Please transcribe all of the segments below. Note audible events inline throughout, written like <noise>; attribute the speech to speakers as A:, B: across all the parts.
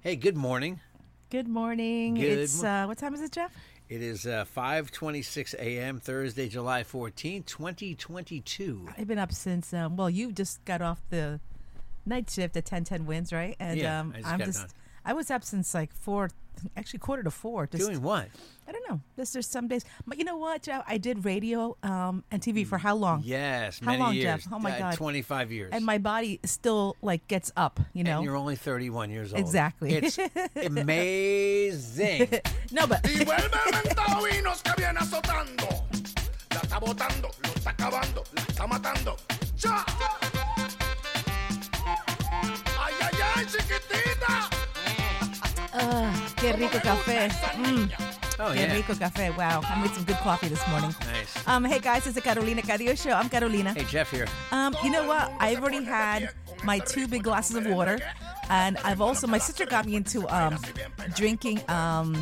A: Hey, good morning.
B: Good morning.
A: Good
B: it's
A: mo-
B: uh, what time is it, Jeff?
A: It is uh, 5:26 a.m. Thursday, July 14, 2022.
B: I've been up since. Um, well, you just got off the night shift at ten ten wins, right? And
A: Yeah,
B: um,
A: I just
B: I'm
A: got
B: just.
A: done.
B: I was up since like four, actually quarter to four. Just
A: Doing what?
B: I don't know. This there's some days, but you know what, Jeff? I did radio um, and TV for how long?
A: Yes,
B: How
A: many
B: long,
A: years.
B: Jeff? Oh my
A: Uh,
B: God.
A: 25 years.
B: And my body still like gets up, you know.
A: And you're only 31 years old.
B: Exactly. <laughs>
A: It's amazing.
B: no, but
C: Y vuelve el mentao y nos que viene azotando. La está botando, lo está acabando, la está matando. ¡Ya! ¡Ay, ay, ay, chiquitita!
B: que Ah, rico café. Mm.
A: Oh
B: Que
A: yeah.
B: rico café. Wow, I made some good coffee this morning.
A: Nice.
B: Um, hey guys, it's the Carolina Cadillo show. I'm Carolina.
A: Hey Jeff here.
B: Um, you know what? I've already had my two big glasses of water, and I've also my sister got me into um, drinking um,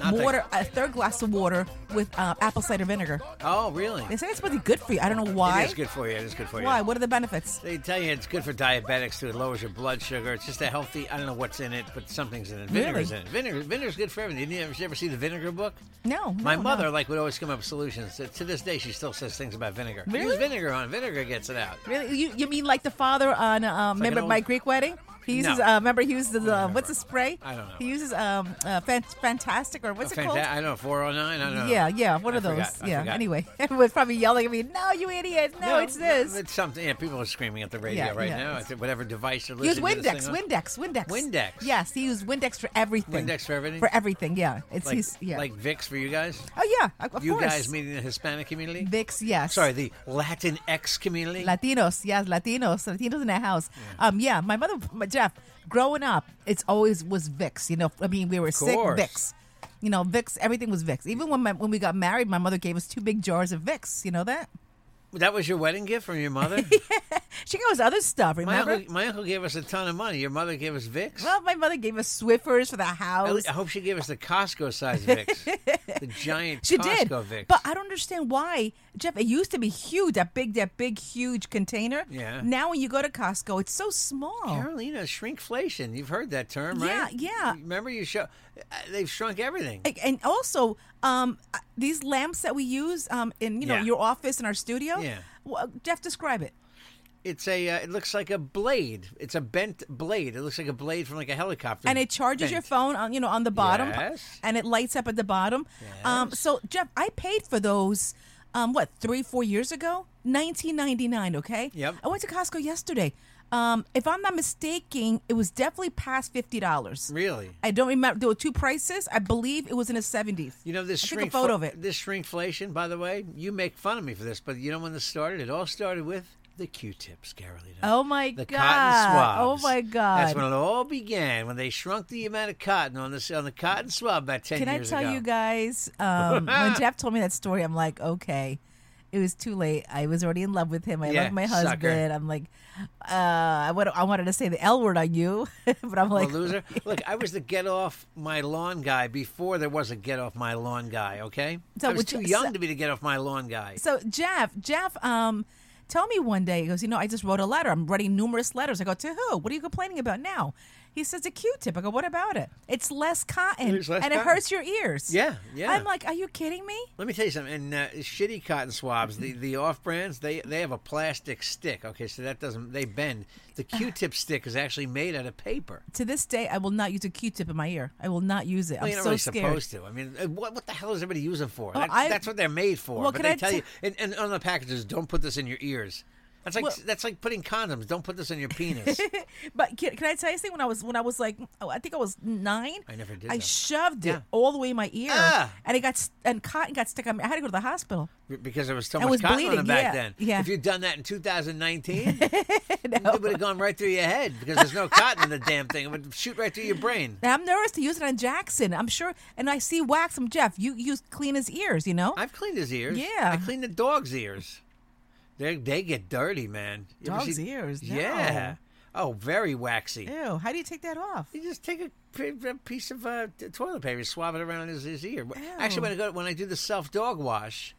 A: Nothing.
B: water, a third glass of water with uh, apple cider vinegar.
A: Oh really?
B: They say it's pretty good for you. I don't know why.
A: It is good for you. It is good for you.
B: Why? What are the benefits?
A: They tell you it's good for diabetics too. It lowers your blood sugar. It's just a healthy. I don't know what's in it, but something's in it. Vinegar's
B: Really?
A: in it. Vinegar. Vinegar's good for everything. Did you ever, did you ever see the vinegar book?
B: Oh, No,
A: My
B: no,
A: mother
B: no.
A: like would always come up with solutions. To this day, she still says things about vinegar. Use
B: Really?
A: vinegar on it. vinegar gets it out.
B: Really? You, you mean like the father on? Uh,
A: like
B: remember
A: an
B: my
A: old-
B: Greek wedding? He
A: No.
B: uses. Uh, remember he uses uh, what's the spray?
A: I don't know.
B: He uses um, uh, fan- fantastic or what's
A: Oh,
B: it
A: fanta-
B: called?
A: I don't know. Four oh nine. I don't know.
B: Yeah, yeah. One
A: I
B: of those.
A: forgot, I
B: yeah.
A: forgot.
B: Anyway, <laughs> everyone's probably yelling at me. No, you idiot. No, it's this.
A: It's something. Yeah, people are screaming at the radio
B: Yeah,
A: right
B: yeah,
A: now.
B: it's-
A: At whatever device they're
B: Use
A: listening to this
B: Windex,
A: thing on.
B: Windex, Windex,
A: Windex.
B: Yes, he used Windex for everything.
A: Windex for everything?
B: For everything, yeah. It's
A: Like,
B: he's yeah.
A: like Vicks for you guys.
B: oh yeah, of of
A: you
B: course.
A: guys meeting the Hispanic community.
B: Vicks, yes.
A: Sorry, the Latin X community.
B: Latinos, yes, Latinos, Latinos in the house. Um, yeah, my mother, my, Jeff, growing up, it's always was Vicks. You know, I mean, we were sick
A: course.
B: Vicks. You know, Vicks, everything was Vicks. Even when my, when we got married, my mother gave us two big jars of Vicks. You know that?
A: that was your wedding gift from your
B: <laughs>
A: mother.
B: She gave us other stuff.
A: My
B: Remember?
A: uncle, my uncle gave us a ton of money. Your mother gave us Vicks.
B: Well, my mother gave us Swiffers for the
A: I,
B: house.
A: I hope she gave us the Costco size
B: <laughs>
A: Vicks, the giant
B: She did,
A: Costco Vicks.
B: but I don't understand why, Jeff. It used to be huge, that big, that big, huge container.
A: Yeah.
B: Now when you go to Costco, it's so small.
A: Carolina, shrinkflation. You've heard that term,
B: Oh. Yeah,
A: right?
B: yeah.
A: Remember you show uh, they've shrunk everything.
B: A- And also, um, uh, these lamps that we use um, in you know
A: Yeah.
B: your office and our studio.
A: Yeah.
B: Well, Jeff, describe it.
A: It's a uh, it looks like a blade. It's a bent blade. It looks like a blade from like a helicopter.
B: And it charges your
A: Bent.
B: phone on you know on the bottom,
A: Yes.
B: and it lights up at the bottom. Um, so Jeff, I paid for those. Um, what three, four years ago? Nineteen ninety nine. Okay.
A: Yep.
B: I went to Costco yesterday. Um, if I'm not mistaken, it was definitely past fifty dollars.
A: Really?
B: I don't remember. There were two prices. I believe it was in the seventies.
A: You know this
B: I took a
A: shrink
B: photo of it.
A: This shrinkflation, by the way, you make fun of me for this, but you know when this started? It all started with the Q-tips, Carolina.
B: Oh, my
A: the cotton
B: God. Oh,
A: swabs.
B: my
A: That's
B: God.
A: when it all began. When they shrunk the amount of cotton on this on the cotton swab about ten
B: Can I
A: years
B: tell
A: ago. <laughs>
B: you guys? Um, when Jeff told me that story, I'm like, okay, it was too late. I was already in love with him. I
A: Yeah,
B: love my
A: sucker.
B: husband. I'm like, uh, I want I wanted to say the L word on you, <laughs> but I'm
A: I'm a
B: like,
A: loser. Look, I was the get off my lawn guy before there was a get off my lawn guy. Okay,
B: So
A: I was
B: would
A: too
B: you-
A: young
B: so-
A: to be the get off my lawn guy.
B: So Jeff, Jeff, um, tell me one day. He goes, you know, I just wrote a letter. I'm writing numerous letters. I go to who? What are you complaining about now? He says a Q-tip. I go, what about it? It's less cotton,
A: It's less
B: and it
A: cotton.
B: hurts your ears.
A: Yeah, yeah.
B: I'm like, are you kidding me?
A: Let me tell you something. And uh, shitty cotton swabs, the, the off brands, they they have a plastic stick. Okay, so that doesn't they bend. The Q-tip stick is actually made out of paper.
B: To this day, I will not use a Q-tip in my ear. I will not use it.
A: Well,
B: I'm
A: you're not
B: so
A: really
B: scared.
A: supposed to. I mean, uh, what, what the hell is everybody using for?
B: Oh,
A: that's,
B: I-
A: that's what they're made for.
B: Well,
A: but
B: can
A: they
B: I
A: tell
B: t-
A: you, and, and on the packages, don't put this in your ears. That's like
B: Well-
A: that's like putting condoms. Don't put this
B: <laughs>
A: in your penis.
B: But can, can I tell you something? When I was when I was like, oh, I think I was nine.
A: I never did
B: I
A: that.
B: shoved
A: Yeah.
B: it all the way in my ear,
A: Ah.
B: and it got st- and cotton got stuck on me. I had to go to the hospital.
A: because there was so
B: I
A: much
B: was
A: cotton on
B: bleeding,
A: it back
B: yeah,
A: then.
B: yeah.
A: If you'd done that in
B: <laughs>
A: 2019, it would have gone right through your head because there's no cotton in the damn thing. It would shoot right through your
B: <laughs>
A: brain.
B: Now, I'm nervous to use it on Jackson. I'm sure, and I see wax from Jeff. You use clean his ears, you know.
A: I've cleaned his ears.
B: Yeah.
A: I cleaned the dog's ears. They they get dirty, man. You ever
B: Dog's ears? No.
A: Yeah. Oh, very waxy.
B: Ew! How do you take that off?
A: You just take a, p- a piece of uh, t- toilet paper, swab it around his, his ear. Actually, when I go when I do the self dog wash,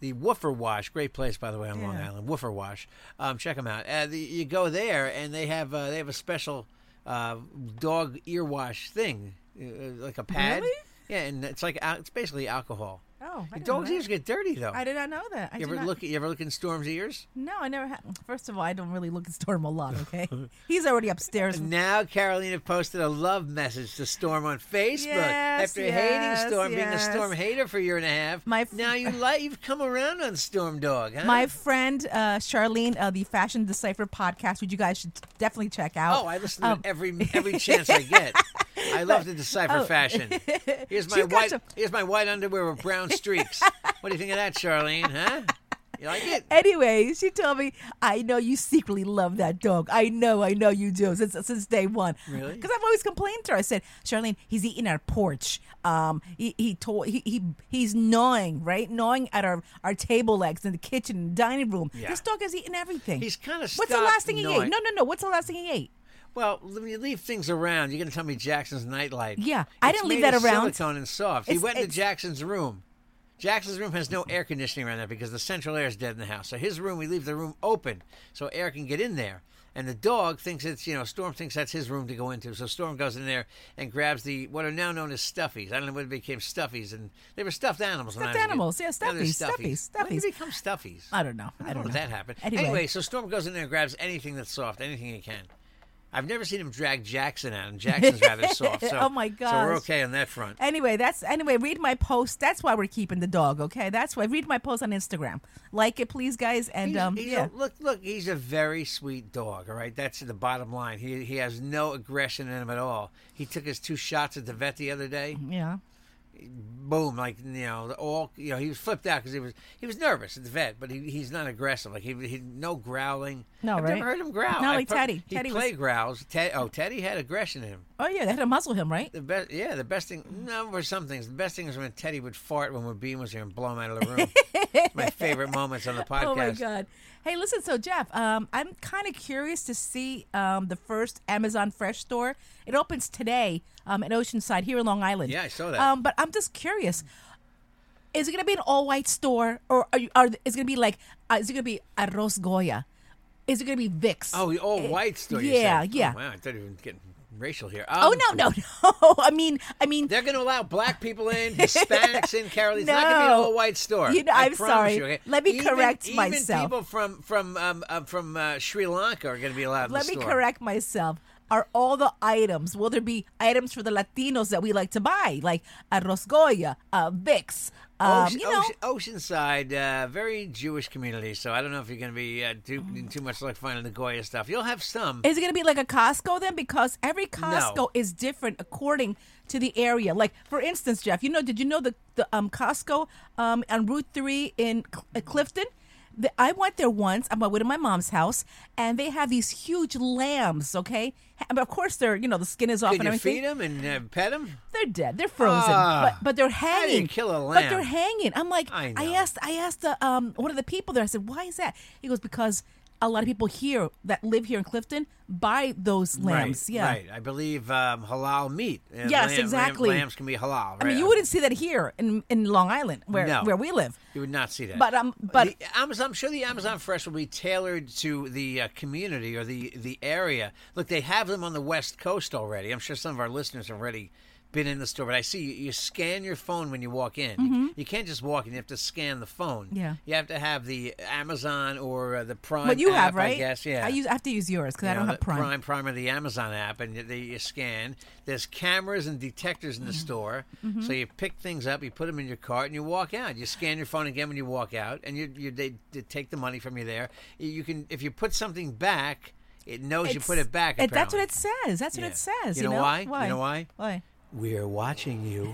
A: the Woofer Wash, great place by the way on Long
B: Yeah.
A: Island, Woofer Wash. Um, check them out. Uh, the, you go there and they have uh, they have a special uh, dog ear wash thing, uh, like a pad.
B: Really?
A: Yeah, and it's like al- it's basically alcohol.
B: Oh, I
A: Your
B: didn't
A: dog's
B: know
A: ears
B: that.
A: get dirty though.
B: I did not know that. I
A: you
B: did
A: ever
B: not-
A: look? You ever look in Storm's ears?
B: No, I never had. First of all, I don't really look at Storm
A: <laughs>
B: a lot. Okay, he's already upstairs.
A: Now Carolina posted a love message to Storm on Facebook
B: Yes,
A: after
B: yes,
A: hating Storm,
B: yes.
A: being a Storm hater for a year and a half.
B: My f-
A: now you like you've come around on Storm Dog, huh?
B: My friend uh, Charlene, uh, the Fashion Decipher podcast, which you guys should definitely check out.
A: oh, I listen to
B: Um,
A: it
B: <laughs>
A: every every chance I get. I love to decipher fashion. Here's my
B: She's Oh. got
A: white
B: some-
A: here's my white underwear with brown
B: <laughs>
A: streaks. what do you think of that, Charlene? Huh? You like it?
B: Anyway, she told me, I know you secretly love that dog. I know, I know you do since since day one.
A: Really?
B: Because I've always complained to her. I said, Charlene, he's eating our porch. Um, he he, told, he he he's gnawing right, gnawing at our our table legs in the kitchen, and dining room.
A: Yeah.
B: This dog has eaten everything.
A: He's kinda
B: What's the
A: stopped
B: last thing he ate?
A: gnawing.
B: No, no, no. What's the last thing he ate?
A: Well, when you leave things around, you're going to tell me Jackson's nightlight.
B: Yeah, I
A: It's
B: didn't leave
A: made
B: that
A: of
B: around.
A: Silicone and soft. he
B: It's-
A: went into
B: it's-
A: Jackson's room. Jackson's room has no air conditioning around there because the central air is dead in the house. So his room, we leave the room open so air can get in there. And the dog thinks it's you know Storm thinks that's his room to go into. So Storm goes in there and grabs the what are now known as stuffies. I don't know when they became stuffies, and they were stuffed animals. when I was
B: Stuffed
A: a kid.
B: animals, yeah,
A: Now they're
B: stuffies, stuffies,
A: When did
B: stuffies.
A: they become stuffies?
B: I don't know. I don't
A: know
B: know.
A: if Oh, that happened.
B: Anyway.
A: so Storm goes in there and grabs anything that's soft, anything he can. I've never seen him drag Jackson out, and Jackson's
B: <laughs>
A: rather soft. So,
B: Oh, my
A: So we're
B: gosh.
A: okay on that front.
B: Anyway, that's anyway. Read my post. That's why we're keeping the dog. Okay, that's why. Read my post on Instagram. Like it, please, guys. And
A: He's-
B: um,
A: he's a-
B: yeah.
A: look, look, he's a very sweet dog. All right, that's the bottom line. He he has no aggression in him at all. He took his two shots at the vet the other day.
B: yeah.
A: Boom, like you know, all you know, he was flipped out because he was he was nervous at the vet, but he, he's not aggressive. Like he, he no growling.
B: No,
A: I've
B: right?
A: never heard him growl.
B: Not
A: I
B: like
A: pro-
B: Teddy.
A: He
B: Teddy was-
A: play growls. Ted, oh, Teddy had aggression in him.
B: Oh yeah, they had to muzzle him, right?
A: The best, yeah, the best thing. No, for some things, the best thing is when Teddy would fart when Bean was here and blow him out of the room. It's My
B: <laughs>
A: favorite moments on the podcast.
B: Oh my god. Hey, listen. So Jeff, um, I'm kind of curious to see um, the first Amazon Fresh store. It opens today um, in Oceanside here in Long Island.
A: Yeah, I saw that.
B: Um, but I'm just curious. Is it gonna be an all white store, or are you, are is it gonna be like uh, is it gonna be arroz goya? Is it gonna be Vicks?
A: Oh, the all
B: It-
A: white story. you
B: Eh, Yeah,
A: said.
B: yeah.
A: Oh, wow, I thought you were getting racial here.
B: Oh
A: Um,
B: no, no, no! <laughs> I mean, I mean,
A: They're going to allow black people in,
B: <laughs>
A: Hispanics in, Carol. It's not going to be an
B: No.
A: all-white store.
B: You know,
A: I
B: I'm
A: promise
B: sorry.
A: you, okay?
B: Let me
A: Even-
B: correct
A: even
B: myself.
A: people from from um, uh, from uh, Sri Lanka are going to be allowed. in
B: let
A: the
B: me
A: store.
B: correct myself. Are all the items? Will there be items for the Latinos that we like to buy, like arroz goya, uh, Vicks? Um,
A: Ocean,
B: you know,
A: Oceanside, uh, very Jewish community, so I don't know if you're going to be uh, too,
B: Mm.
A: too much like finding the Goya stuff. You'll have some.
B: is it going to be like a Costco then? Because every Costco is different according to the area. Like for instance, Jeff, you know, did you know the the um, Costco um, on Route Three in Cl- uh, Clifton? The, I went there once. I went to my mom's house, and they have these huge lambs. Okay, and of course they're you know the skin is off
A: Did
B: and
A: you
B: everything.
A: feed them and uh, pet them?
B: They're dead. They're frozen.
A: Ah.
B: but but they're
A: How do you
B: hanging.
A: kill a
B: But they're
A: lamb?
B: hanging. I'm like
A: I
B: I, uh,
A: know.
B: asked I asked the, um one of the people there. I said, "Why is that?" He goes, "Because a lot of people here that live here in Clifton buy those lambs.
A: Right,
B: yeah.
A: right. I believe um, halal meat. and
B: Yes,
A: lamb- lamb-
B: exactly.
A: lambs can be halal. Right?
B: I mean, you wouldn't see that here in in Long Island, where
A: No.
B: where we live.
A: You would not see that.
B: But, um, but-
A: the Amazon, I'm sure the Amazon Fresh will be tailored to the uh, community or the the area. Look, they have them on the West Coast already. I'm sure some of our listeners have already been in the store. But I see you, you scan your phone when you walk in. You, you can't just walk in; you have to scan the phone.
B: Mm-hmm. Yeah.
A: you have to have the Amazon or uh, the Prime.
B: What you
A: app,
B: have, right?
A: I guess. Yeah.
B: I use I have to use yours because I
A: You
B: don't
A: know,
B: have
A: the
B: Prime.
A: Prime, Prime, or the Amazon app, and they, you scan. There's cameras and detectors
B: Mm-hmm.
A: in the store, so you pick things up, you put them in your cart, and you walk out. You scan your phone again when you walk out, and you, you they, they take the money from you there. You- You can if you put something back, it knows you put
B: It's-
A: it back.
B: it- that's what
A: apparently.
B: it says. That's what
A: Yeah.
B: it says.
A: You
B: You,
A: know why? You know why?
B: Why?
A: We're watching
B: <laughs>
A: you.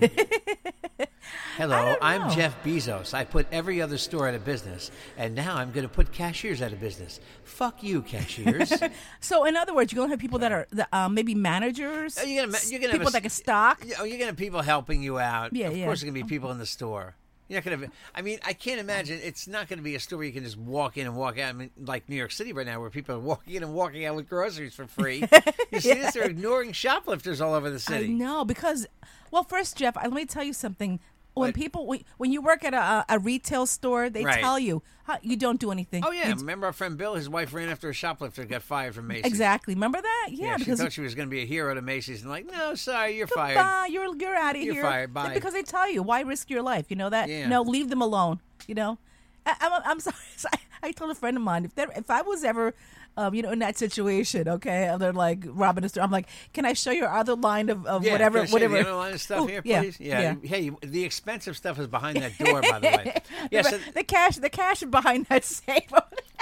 A: Hello, I'm
B: know.
A: Jeff Bezos. I put every other store out of business, and now I'm going to put cashiers out of business. Fuck you,
B: <laughs>
A: cashiers.
B: So in other words, you're gonna have people that are the, um, maybe managers.
A: Uh, You're gonna, ma- you're gonna
B: people
A: have a, oh,
B: that can stock.
A: You you're gonna have people helping you out.
B: Yeah,
A: of
B: yeah.
A: course, there's gonna be people in the store. You're not gonna. Have, I mean, I can't imagine. It's not gonna be a store where you can just walk in and walk out. I mean, like New York City right now, where people are walking in and walking out with groceries for
B: <laughs>
A: free. you see this? They're ignoring shoplifters all over the
B: I
A: city.
B: know because, well, first Jeff, I, let me tell you something. When
A: What?
B: people when- when you work at a, a retail store, they
A: Right.
B: tell you huh, you don't do anything.
A: Oh yeah,
B: You-
A: remember our friend Bill? His wife ran after a shoplifter, got fired from Macy's.
B: exactly. Remember that? Yeah,
A: Yeah, she
B: because
A: thought she was gonna be a hero to Macy's, and like, no, sorry, you're fired.
B: Goodbye. You're you're out of
A: You're
B: here.
A: fired. Bye.
B: Because they tell you why risk your life. You know that.
A: Yeah.
B: No, leave them alone. You know. I, I'm I'm <laughs> sorry. So I, I told a friend of mine if there if I was ever. Um, you know, in that situation, okay, and they're like robbing a store. I'm like, can I show your other line of, of
A: Yeah,
B: whatever,
A: can I see
B: whatever?
A: The other line of stuff
B: Ooh,
A: here,
B: yeah,
A: please. Hey, the expensive stuff is behind that door, by the way.
B: <laughs>
A: <laughs> Yeah.
B: But
A: So,
B: the cash, the cash behind that <laughs> safe.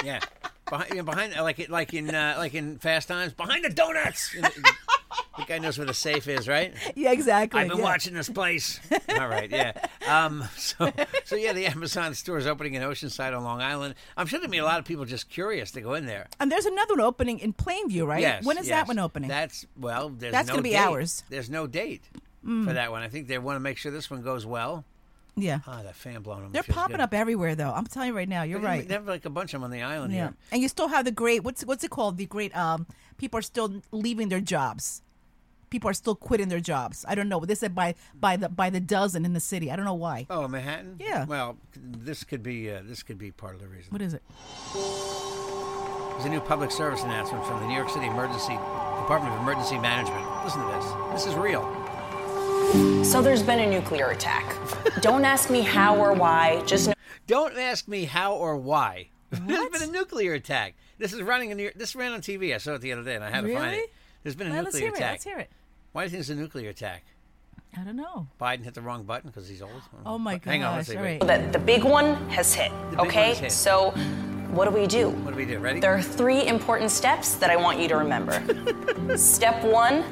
A: yeah. Behind, you know, behind, like it, like in, uh, like in Fast Times, behind the donuts. You know, the guy knows where the safe is, right?
B: yeah, exactly.
A: I've been
B: yeah.
A: watching this place. All right, yeah. Um, so, so yeah, the Amazon store is opening in Oceanside on Long Island. I'm sure there'll be a lot of people just curious to go in there.
B: And there's another one opening in Plainview, right?
A: Yes.
B: when is
A: yes.
B: that one opening?
A: That's well. There's
B: That's
A: no
B: gonna be Mm.
A: date.
B: ours.
A: There's no date for that one. I think they want to make sure this one goes well.
B: yeah,
A: Ah, that fan blown.
B: they're popping up everywhere, though. I'm telling you right now, you're right.
A: They have like a bunch of them on the island
B: yeah,
A: here.
B: and you still have the great. What's what's it called? The great. Um, people are still leaving their jobs. People are still quitting their jobs. I don't know. They said by by the by the dozen in the city. I don't know why.
A: Oh, Manhattan.
B: Yeah.
A: Well, this could be uh, this could be part of the reason.
B: What is it?
A: There's a new public service announcement from the New York City Emergency Department of Emergency Management. Listen to this. This is real.
D: So there's been a nuclear attack. Don't ask me how or why, just know
A: Don't ask me how or why. There's been a nuclear attack. This is running in New York. This ran on TV. I saw it the other day, and I had to find
B: Really?
A: it. There's been a
B: Well, let's
A: nuclear
B: hear
A: attack.
B: it. Let's hear it.
A: Why do you think it's a nuclear attack?
B: I don't know.
A: Biden hit the wrong button because he's old.
B: Oh my
A: But Hang on, let's
B: gosh,
A: see.
B: all
A: Wait.
B: right.
D: that the big one has hit.
A: big
D: Okay?
A: one's hit.
D: So what do we do?
A: What do we do? Ready?
D: There are three important steps that I want you to remember.
A: <laughs>
D: Step one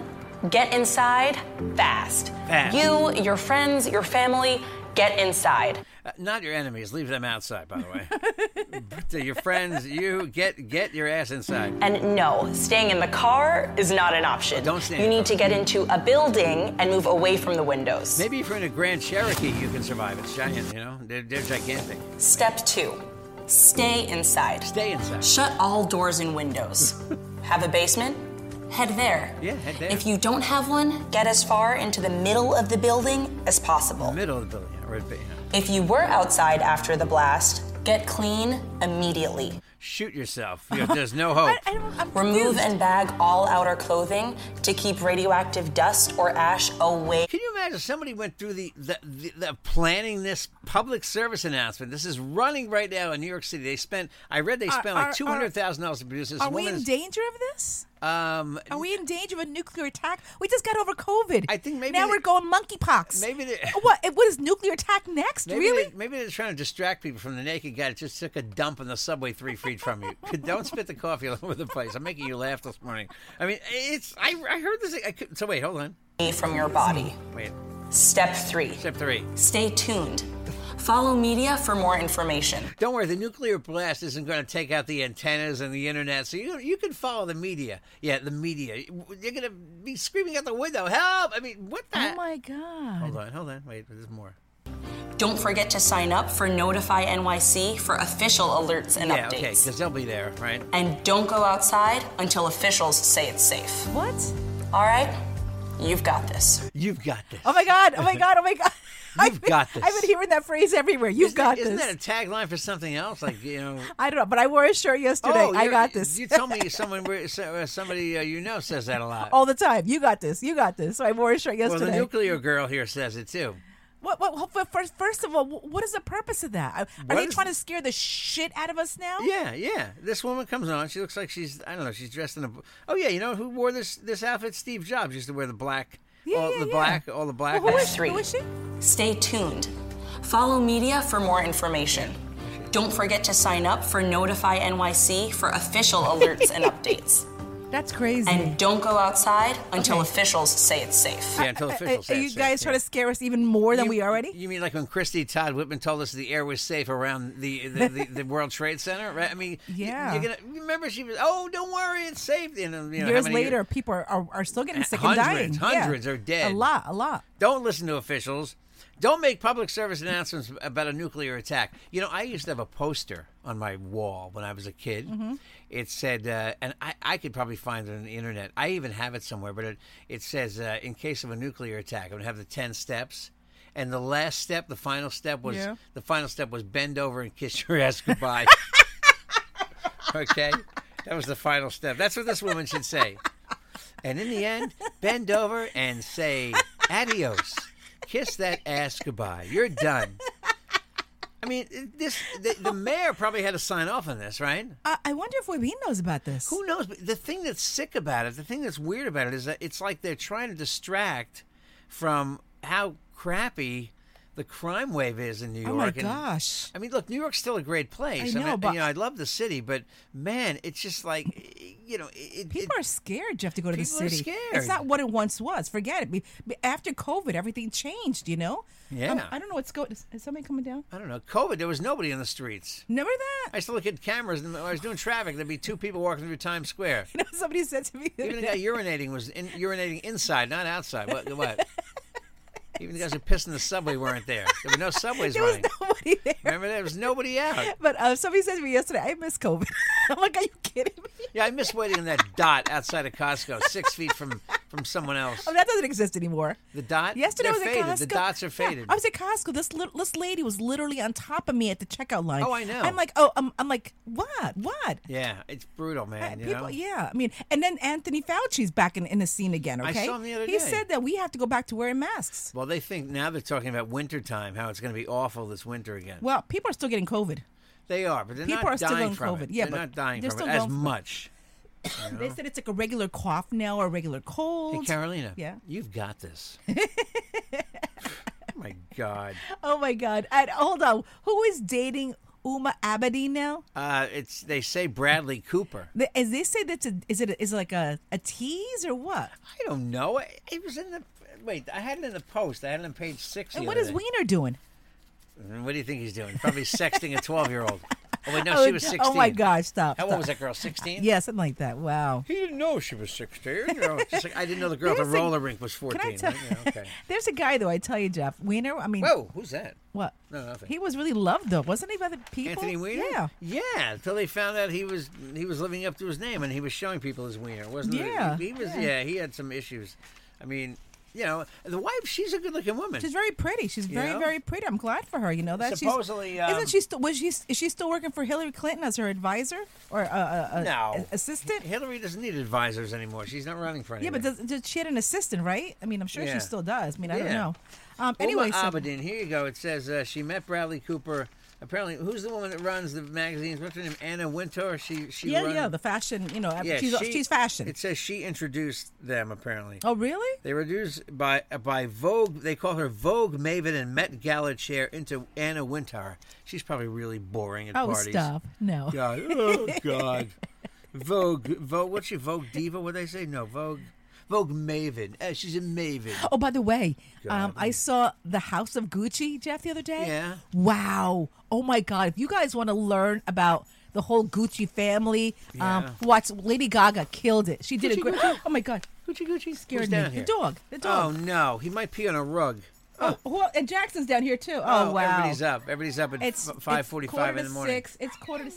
D: get inside fast.
A: Fast.
D: You, your friends, your family, get inside.
A: Uh, not your enemies. Leave them outside, by the way.
B: <laughs>
A: to your friends, you get get your ass inside.
D: And no, staying in the car is not an option.
A: Don't stay in
D: You
A: the car.
D: need to get into a building and move away from the windows.
A: Maybe if you're in a Grand Cherokee, you can survive. It's giant, you know. They're, they're gigantic.
D: Step two stay inside.
A: Stay inside.
D: Shut all doors
A: <laughs>
D: and windows. have a basement? Head there.
A: Yeah, head there.
D: If you don't have one, get as far into the middle of the building as possible.
A: Middle of the building. Or, you know,
D: If you were outside after the blast, get clean immediately.
A: shoot yourself. You
B: <laughs>
A: know, there's no hope.
B: I don't, I'm
D: Remove
B: confused.
D: and bag all outer clothing to keep radioactive dust or ash away.
A: Can you imagine somebody went through the, the, the, the planning this public service announcement? This is running right now in New York City. They spent, I read they
B: Are-
A: spent
B: are-
A: like two hundred thousand dollars to produce this.
B: Are we in
A: woman's-
B: danger of this?
A: Um,
B: Are we in danger of a nuclear attack? We just got over COVID.
A: I think maybe
B: now
A: they-
B: we're going monkeypox.
A: maybe they-
B: <laughs> what? What is nuclear attack next?
A: Maybe
B: really?
A: They, maybe they're trying to distract people from the naked guy that just took a dump on the subway three feet from you. <laughs> Don't spit the coffee all over the place. I'm making you laugh this morning. I mean, it's. I, I heard this. I could, so wait, hold on.
D: From your body.
A: Wait.
D: Step three
A: Step three.
D: stay tuned. Follow media for more information.
A: Don't worry, the nuclear blast isn't going to take out the antennas and the internet, so you you can follow the media. Yeah, the media. You're going to be screaming out the window, "Help!" I mean, what the?
B: oh my god!
A: Hold on, hold on. Wait, there's more.
D: Don't forget to sign up for Notify NYC for official alerts and
A: yeah,
D: updates.
A: okay, because they'll be there, right?
D: And don't go outside until officials say it's safe.
B: What?
D: All right? You've got this.
A: You've got this.
B: Oh my god! Oh my god! Oh my god!
A: <laughs> You've
B: been,
A: got this.
B: I've been hearing that phrase everywhere. You've
A: Isn't
B: got
A: that,
B: this.
A: Isn't that a tagline for something else? Like you
B: <laughs>
A: know.
B: I don't know, but I wore a shirt yesterday.
A: oh,
B: I
A: you're-
B: got this
A: You told me someone, re- so- uh, somebody uh, you know says that a lot.
B: <laughs> <laughs> all the time. You got this. You got this. So I wore a shirt
A: well, the
B: yesterday.
A: nuclear girl here says it too.
B: what, what, what- what- First, first of all, wh- what is the purpose of that? Are
A: What
B: they
A: is-
B: trying to scare the shit out of us now?
A: Yeah, yeah. This woman comes on. She looks like she's I don't know. She's dressed in a. Oh yeah, you know who wore this this outfit? Steve Jobs used to wear the black.
B: Yeah,
A: all
B: yeah,
A: the
B: yeah.
A: black, all the black.
B: Well, who is
D: Three.
B: Who is she?
D: Stay tuned. Follow media for more information. Don't forget to sign up for Notify NYC for official alerts and updates.
B: That's crazy.
D: And don't go outside until
B: Okay.
D: officials say it's safe.
A: yeah, until
B: Uh,
A: officials.
B: uh,
A: say
B: Are you
A: it's safe,
B: guys
A: yeah.
B: trying to scare us even more than
A: You-
B: we already?
A: You mean like when Christy Todd Whitman told us the air was safe around the the, the, the World Trade Center, right? I mean, y-
B: Yeah.
A: You're gonna remember she was. Oh, don't worry, it's safe. And, uh, you know, how
B: Years
A: many
B: later, people are, are, are still getting
A: Uh,
B: sick and dying.
A: hundreds,
B: Yeah.
A: hundreds are dead.
B: A lot, a lot.
A: Don't listen to officials. Don't make public service announcements about a nuclear attack. You know, I used to have a poster on my wall when I was a kid. It said, uh, and I, I could probably find it on the internet. I even have it somewhere, but it, it says, uh, in case of a nuclear attack, I'm going to have the 10 steps. And the last step, the final step was
B: Yeah.
A: the final step was bend over and kiss your ass goodbye. okay? That was the final step. That's what this woman should say. And in the end, bend over and say adios. Kiss that ass goodbye. You're done. I mean, this the, the mayor probably had to sign off on this, right?
B: I, I wonder if Webin knows about this.
A: Who knows? But the thing that's sick about it, the thing that's weird about it, is that it's like they're trying to distract from how crappy the crime wave is in New York.
B: oh my
A: and-
B: gosh.
A: I mean, look, New York's still a great place.
B: I
A: mean,
B: know, but-
A: you know, I love the city, but man, it's just like, you know, it,
B: People
A: it,
B: are scared, Jeff, to go to the
A: People are
B: city.
A: scared.
B: It's not what it once was. Forget it. Be- be- After COVID, everything changed, you know? Um,
A: Yeah.
B: I don't know what's going Is, is somebody coming down?
A: I don't know. COVID, there was nobody in the streets.
B: Remember
A: I
B: that?
A: used to look at cameras, and when I was doing traffic. There'd be two people walking through Times Square.
B: <laughs> You know, somebody said to me, the other
A: Even the
B: <laughs> day-
A: guy urinating was in, urinating inside, not outside. What? What? Even the guys who pissed in the subway weren't there. There were no subways
B: there was
A: running.
B: <laughs> nobody there.
A: Remember, there was nobody out.
B: But uh, somebody said to me yesterday, I miss COVID. <laughs> I'm like, are you kidding me?
A: Yeah, I miss waiting in that dot outside of Costco, six feet from from someone else.
B: Oh, that doesn't exist anymore.
A: The dot?
B: Yesterday
A: They're
B: I was
A: faded.
B: at Costco.
A: The dots are
B: Yeah,
A: faded.
B: I was at Costco. This lit this lady was literally on top of me at the checkout line.
A: Oh, I know.
B: I'm like, oh, I'm, I'm like, what, what? Uh,
A: Yeah, it's brutal, man. you
B: People,
A: know?
B: yeah. I mean, and then Anthony Fauci's back in, in the scene again.
A: I
B: Okay,
A: saw him the other
B: he
A: day.
B: said that we have to go back to wearing masks.
A: Well, they think now they're talking about wintertime, how it's going to be awful this winter again.
B: Well, people are still getting COVID.
A: they are, but they're
B: people
A: not
B: are still
A: dying
B: on
A: from
B: COVID.
A: it.
B: Yeah,
A: they're
B: but
A: not dying
B: they're
A: from
B: still
A: it as
B: going for it.
A: much.
B: They said it's like a regular cough now or a regular cold.
A: Hey, Carolina.
B: Yeah.
A: You've got
B: <laughs>
A: this. oh my God.
B: Oh my God! And hold on, who is dating Uma Abedin now?
A: Uh, it's they say Bradley Cooper.
B: The- As they say, that's a, is it is it like a, a tease or what?
A: I don't know. It, it was in the wait. I had it in the post. I had it on page six.
B: And
A: the
B: what
A: other
B: is
A: day.
B: Wiener doing?
A: And What do you think he's doing?
B: <laughs>
A: Probably sexting a twelve-year-old. Oh wait, no,
B: oh,
A: she was sixteen.
B: Oh my gosh! Stop.
A: How
B: stop.
A: old was that girl? Sixteen.
B: Yeah, something like that. Wow.
A: He didn't know she was sixteen. You know, it's just like, I didn't know the girl at the
B: There's a-
A: roller rink was fourteen.
B: Can I tell?
A: Yeah, okay.
B: <laughs> There's a guy though. I tell you, Jeff Wiener. I mean,
A: Whoa, who's that?
B: what?
A: No, nothing.
B: He was really loved though, wasn't he, by the people?
A: Anthony Weiner?
B: Yeah.
A: Yeah, until they found out he was he was living up to his name and he was showing people his wiener, wasn't it?
B: Yeah,
A: He, he was
B: yeah.
A: yeah. he had some issues. I mean, you know, the wife, she's a good looking woman.
B: She's very pretty. She's very,
A: know?
B: very pretty. I'm glad for her. You know that
A: Supposedly,
B: she's
A: um,
B: isn't she still was she is she still working for Hillary Clinton as her advisor or uh, uh, uh,
A: no.
B: assistant?
A: Hillary doesn't need advisors anymore. She's not running for
B: Yeah,
A: anything.
B: but does, does she had an assistant, right? I mean, I'm sure
A: Yeah.
B: she still does. I mean, I don't
A: Yeah.
B: know. Um, anyway, so,
A: Uma Abedin, here you go. It says uh, she met Bradley Cooper. Apparently, who's the woman that runs the magazines? What's her name? Anna Wintour. She she
B: yeah,
A: run-
B: yeah, the fashion. You know,
A: Yeah,
B: she's
A: she-
B: she's fashion.
A: It says she introduced them. Apparently,
B: Oh, really?
A: They were introduced by by Vogue. They call her Vogue Maven and Met Gala chair into Anna Wintour. She's probably really boring at
B: Oh,
A: parties.
B: stop! No.
A: God, oh God. Vogue, Vogue. What's your Vogue diva? What they say? No, Vogue, Vogue Maven. Eh, she's a Maven.
B: <laughs> Oh, by the way, um, I saw the House of Gucci, Jeff, the other day.
A: Yeah.
B: Wow. Oh my God! If you guys want to learn about the whole Gucci family,
A: Yeah.
B: um, watch Lady Gaga killed it. She did a great. <gasps> Oh my God!
A: Gucci, Gucci,
B: Scared
A: Who's
B: me.
A: down
B: The
A: here?
B: dog. The
A: Oh
B: dog.
A: no, he might pee on a rug.
B: Oh, well, and Jackson's down here too. Oh, wow.
A: Everybody's up. Everybody's up at
B: It's
A: five
B: it's
A: forty-five
B: quarter
A: in the morning.
B: To six. It's quarter to.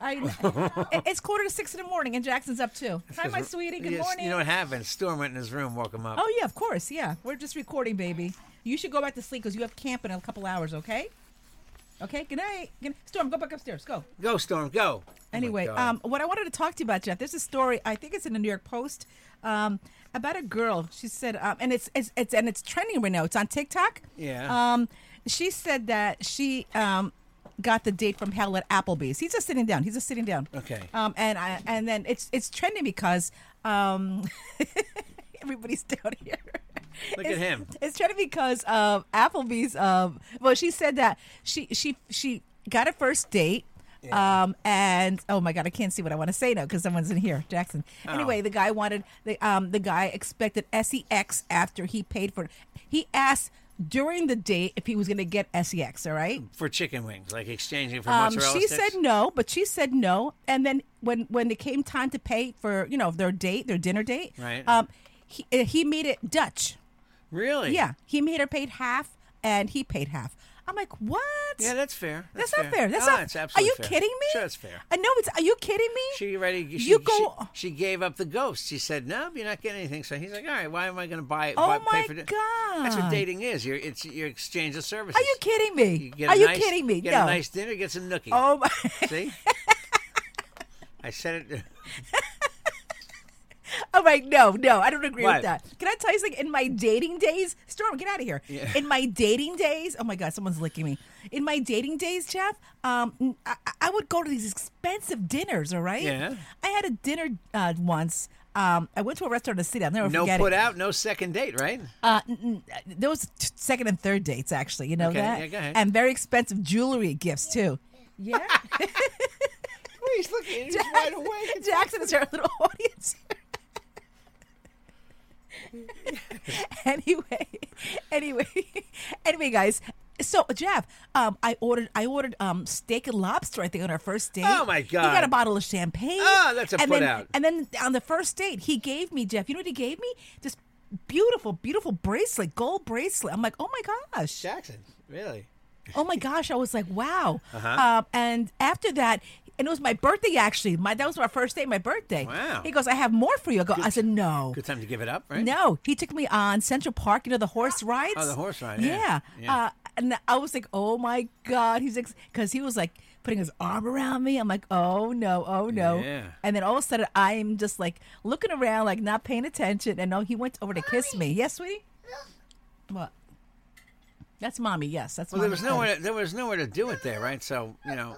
B: I
A: <laughs>
B: it- it's quarter to six in the morning, and Jackson's up too. Hi, my sweetie. Good
A: Yes,
B: morning.
A: You know what happened? Storm went in his room, woke him up.
B: oh yeah, of course. Yeah, we're just recording, baby. You should go back to sleep because you have camp in a couple hours. Okay. Okay. Good night. Good night. Storm, go back upstairs. Go.
A: Go, Storm, go. Oh my
B: Anyway,
A: God.
B: um, what I wanted to talk to you about, Jeff, there's a story. I think it's in the New York Post um, about a girl. She said, um, and it's, it's it's and it's trending right now. It's on TikTok.
A: Yeah.
B: Um, she said that she um, got the date from hell at Applebee's. He's just sitting down. He's just sitting down.
A: Okay.
B: Um, and I and then it's it's trending because um, <laughs> everybody's down here.
A: Look at
B: It's-
A: him.
B: It's trending because of Applebee's. Um, well, she said that she she she got a first date. Um and oh my god, I can't see what I want to say now because someone's in here, Jackson.
A: Oh.
B: Anyway, the guy wanted the um the guy expected sex after he paid for it. He asked during the date if he was going to get sex. All right.
A: for chicken wings, like exchanging for
B: Um,
A: Hmm. mozzarella
B: she
A: sticks.
B: said no, but she said no. And then when when it came time to pay for you know their date, their dinner date,
A: Right.
B: Um, he uh, he made it Dutch.
A: "Really?
B: Yeah, he made her paid half, and he paid half. I'm like, what?
A: yeah, that's fair.
B: That's,
A: That's,
B: not fair. That's
A: no,
B: not.
A: It's absolutely
B: are you
A: fair.
B: kidding me?
A: Sure, that's fair.
B: I know it's. Are you kidding me?
A: She already. She,
B: you go.
A: She, she gave up the ghost. She said, "No, you're not getting anything." So he's like, "All right, why am I going to buy?
B: Oh
A: buy,
B: my
A: pay for di-"
B: God.
A: That's what dating is. You're it's your exchange of services.
B: are you kidding me?
A: You get a
B: are you
A: nice-
B: kidding me?
A: Get
B: no.
A: a nice dinner, get some nookie.
B: <laughs> oh my. <laughs>
A: See? I said it.
B: I'm like, no, no, I don't agree
A: What?
B: with that. Can I tell you something? In my dating days, Storm, get out of here.
A: Yeah.
B: In my dating days, oh my God, someone's licking me. In my dating days, Jeff, um, I, I would go to these expensive dinners, all right?
A: Yeah.
B: I had a dinner uh, once. Um, I went to a restaurant in the city. I'll never
A: No
B: forget
A: put
B: it.
A: out, no second date,
B: <laughs>
A: right?
B: Uh, n- n- there was t- second and third dates, actually. You know
A: Okay,
B: that?
A: yeah, go ahead.
B: And very expensive jewelry gifts, too. <laughs> Yeah.
A: he's looking. He's wide
B: Jackson,
A: awake.
B: Jackson is our little <laughs> audience. anyway, anyway, <laughs> anyway, guys. So Jeff, um, I ordered I ordered um, steak and lobster. I think on our first date.
A: Oh, my
B: He got
A: God.
B: a bottle of champagne.
A: Oh, that's a
B: and
A: put
B: then,
A: out.
B: And then on the first date, he gave me Jeff. You know what he gave me? This beautiful, beautiful bracelet, gold bracelet. I'm like, oh my gosh.
A: Jackson, really?
B: Oh my gosh, I was like, wow.
A: Uh-huh.
B: Um, and after that, and it was my birthday actually. My that was my first day, my birthday.
A: Wow.
B: He goes, I have more for you. I go, I said, no.
A: Good time to give it up, right?
B: No, he took me on Central Park. You know the horse rides.
A: Oh, the horse ride, yeah.
B: Yeah,
A: Yeah.
B: Uh, and I was like, "Oh my god!" He's because he was like putting his arm around me. I'm like, "Oh no, oh no!"
A: Yeah.
B: And then all of a sudden, I'm just like looking around, like not paying attention. And no, he went over to kiss me. Yes, sweetie. What? That's mommy. Yes, that's.
A: Well, there
B: mommy.
A: was nowhere. There was nowhere to do it there, right? So you know,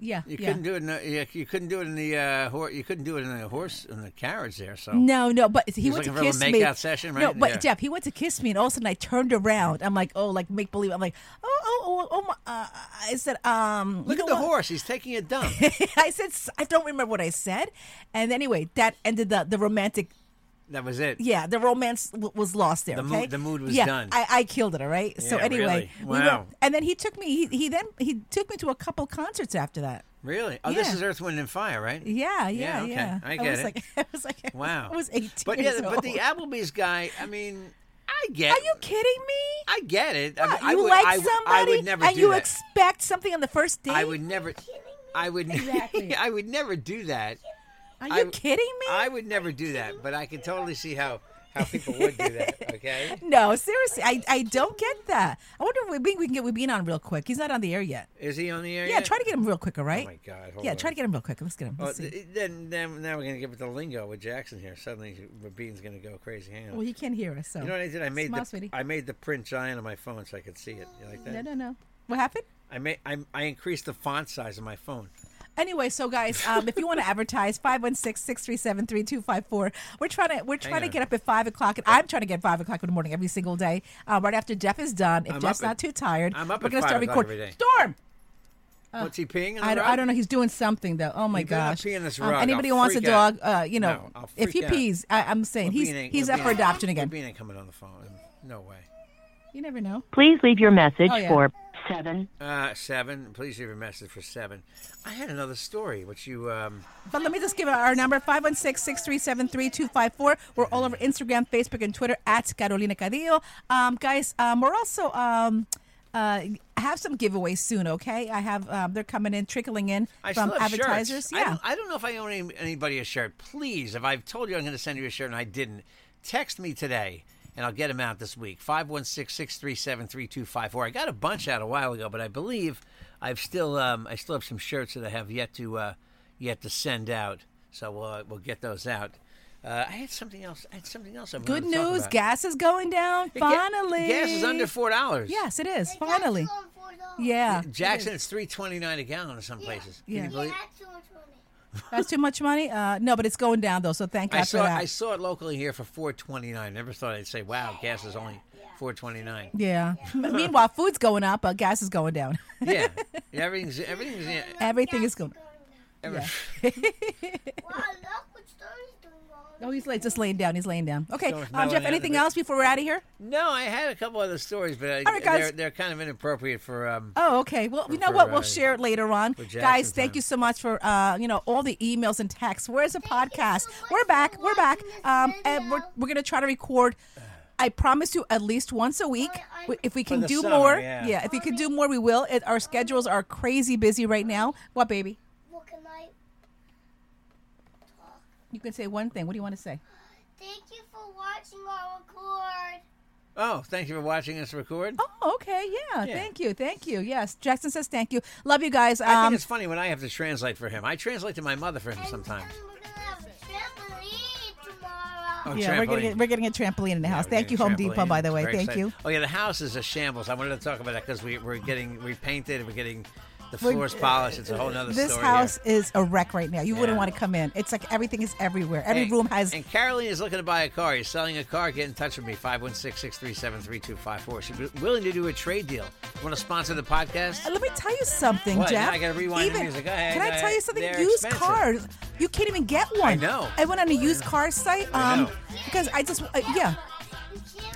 B: Yeah,
A: you
B: yeah.
A: couldn't do it. In the, you, you couldn't do it in the uh, hor- You couldn't do it in the horse in the carriage there. So
B: No, no, but he, went to
A: looking for a
B: kiss
A: little
B: me.
A: makeout session,
B: No,
A: right?
B: but
A: Yeah.
B: Jeff, he went to kiss me, and all of a sudden I turned around. I'm like, oh, like make believe. I'm like, oh, oh, oh, oh my. Uh, I said, um,
A: look
B: you
A: at
B: know
A: the
B: what?
A: horse. He's taking a
B: <laughs>
A: dump.
B: I said, s- I don't remember what I said. And anyway, that ended the the romantic.
A: that was it.
B: Yeah, the romance w- was lost there.
A: The mood-
B: okay?
A: the mood was
B: yeah,
A: done.
B: I, I killed it. All right. so
A: Yeah,
B: anyway,
A: really.
B: we
A: Wow.
B: went, and then he took me. He, he then he took me to a couple concerts after that.
A: Really? Oh, this
B: Yeah.
A: is Earth, Wind, and Fire, right?
B: Yeah, yeah, yeah.
A: okay. I get
B: was
A: it.
B: Like, <laughs> I was like,
A: wow.
B: I was 18
A: But
B: years
A: but the
B: old.
A: Applebee's guy. I mean, I get.
B: Are you kidding me?
A: I get it. I, mean, I
B: you
A: would,
B: like
A: I,
B: somebody
A: I would never
B: and
A: do
B: you
A: that.
B: expect something on the first date.
A: I would never. <laughs> I would.
B: Exactly.
A: <laughs> I would never do that.
B: Are
A: I
B: you
A: w-
B: kidding me?
A: I would never do that, but I can totally see how how people would do
B: <laughs>
A: that. Okay.
B: no, seriously, I, I don't get that. I wonder if we, we can get Webin on real quick. He's not on the air yet.
A: Is he on the air?
B: Yeah,
A: yet?
B: try to get him real quick, all right?
A: Oh, my God, hold
B: yeah,
A: on.
B: try to get him real quick. Let's get him.
A: Oh,
B: Let's see.
A: th- then, then now we're gonna give it the lingo with Jackson here. Suddenly, Bean's gonna go crazy. Hang on.
B: well, he can't hear us, so.
A: you know what I did? I made
B: Smile,
A: the
B: sweetie.
A: I made the print giant on my phone so I could see it. You like that?
B: no, no, no. What happened?
A: I made I, I increased the font size of my phone.
B: Anyway, so guys, um, if you want to advertise, 516-637-3254. We're trying to we're trying to
A: on.
B: get up at five o'clock, and I'm trying to get five o'clock in the morning every single day. Uh, right after Jeff is done, if
A: I'm
B: Jeff's
A: up at-
B: not too tired,
A: I'm up
B: we're
A: at
B: gonna
A: 5
B: start
A: o'clock
B: recording.
A: every day.
B: Storm,
A: What's he peeing? In
B: Oh. I, don't- I don't know. He's doing something though. Oh my
A: You better not
B: gosh!
A: pee in this
B: Um,
A: rug. I'll
B: anybody who wants a
A: freak out.
B: dog, uh, you know,
A: No, I'll
B: if he
A: freak out.
B: pees, I, I'm saying he's he's up for adoption again.
A: Bean ain't coming on the phone. No way.
B: You never know.
E: Please leave your message
B: Oh, yeah.
E: for Seven.
A: Uh, seven. Please leave a message for seven. I had another story, which you um,
B: But let me just give out our number 516-637-3254. We're all over Instagram, Facebook, and Twitter at Carolina Cadillo. Um, guys, um, we're also um, uh, have some giveaways soon. Okay, I have um, they're coming in, trickling in
A: I
B: from
A: still have
B: advertisers.
A: Shirts. I,
B: Yeah,
A: don't, I don't know if I own any, anybody a shirt. Please, if I've told you I'm going to send you a shirt and I didn't, text me today and I'll get them out this week. 516 637 3254. I got a bunch out a while ago, but I believe I've still um, I still have some shirts that I have yet to uh, yet to send out. So we'll, uh, we'll get those out. Uh, I had something else. I had something else. I wanted
B: good
A: to talk
B: news.
A: about.
B: Gas is going down
A: The ga-
B: finally.
A: gas is under four dollars.
B: Yes, it is finally. Yeah,
A: Jackson, it's three twenty nine a gallon in some places. Can
B: Yeah.
A: you believe?
B: <laughs> that's too much money. Uh, no, but it's going down though, so thank God
A: I
B: for
A: saw
B: that.
A: I saw it locally here for four twenty nine. Never thought I'd say, "Wow, gas is only four twenty nine.
B: yeah. <laughs> Meanwhile, food's going up, but gas is going down.
A: Yeah, Yeah, everything's everything's yeah,
B: Everything is going.
A: every-
B: Oh, he's like just laying down. He's laying down. Okay,
A: Going from
B: um,
A: that
B: Jeff.
A: one to the
B: Anything
A: other.
B: else before we're out of here?
A: No, I had a couple other stories, but I,
B: All right, guys.
A: they're they're kind of inappropriate for um.
B: Oh, okay. Well, you know
A: for,
B: what? We'll
A: uh,
B: share it later on,
A: Jackson
B: guys. Thank
A: time.
B: you so much for uh, you know all the emails and texts. Where's the podcast? we're back. We're back. Um, and we're we're gonna try to record. I promise you, at least once a week. W- If we can
A: the
B: do
A: summer,
B: more,
A: yeah.
B: if we can do more, we will. It, our schedules are crazy busy right now. What, baby?
F: What can I?
B: You can say one thing. What do you want to say?
F: Thank you for watching our record.
A: Oh, thank you for watching us record.
B: Oh, okay. Yeah.
A: Yeah.
B: Thank you. Thank you. Yes. Jackson says thank you. Love you guys.
A: I
B: Um,
A: think it's funny when I have to translate for him. I translate to my mother for him sometimes.
F: And we're gonna have a trampoline tomorrow.
A: Oh,
B: yeah, we're getting
A: trampoline.
B: we're getting a trampoline in the house. Thank you,
A: Getting
B: Home
A: trampoline.
B: Depot, by the
A: It's
B: way.
A: very
B: Thank
A: exciting.
B: you.
A: Oh yeah, the house is a shambles. I wanted to talk about that because we, we're getting repainted. We're getting the floors polished. It's a whole nother
B: This
A: story.
B: house
A: here.
B: is a wreck right now. You wouldn't
A: Yeah.
B: want to come in. It's like everything is everywhere. Every
A: And-
B: room has.
A: And Caroline is looking to buy a car. You're selling a car. Get in touch with me. 516-637-3254. She'd be willing to do a trade deal. Want to sponsor the podcast?
B: Uh, Let me tell you something,
A: What? Now
B: Jeff.
A: I gotta rewind the
B: even,
A: music. Go ahead,
B: Can I
A: go
B: tell you
A: ahead.
B: something?
A: They're
B: used
A: expensive.
B: cars, you can't even get one.
A: know.
B: I went on a used car site. Um,
A: know.
B: because I just uh, yeah.
A: Oh.
F: You can't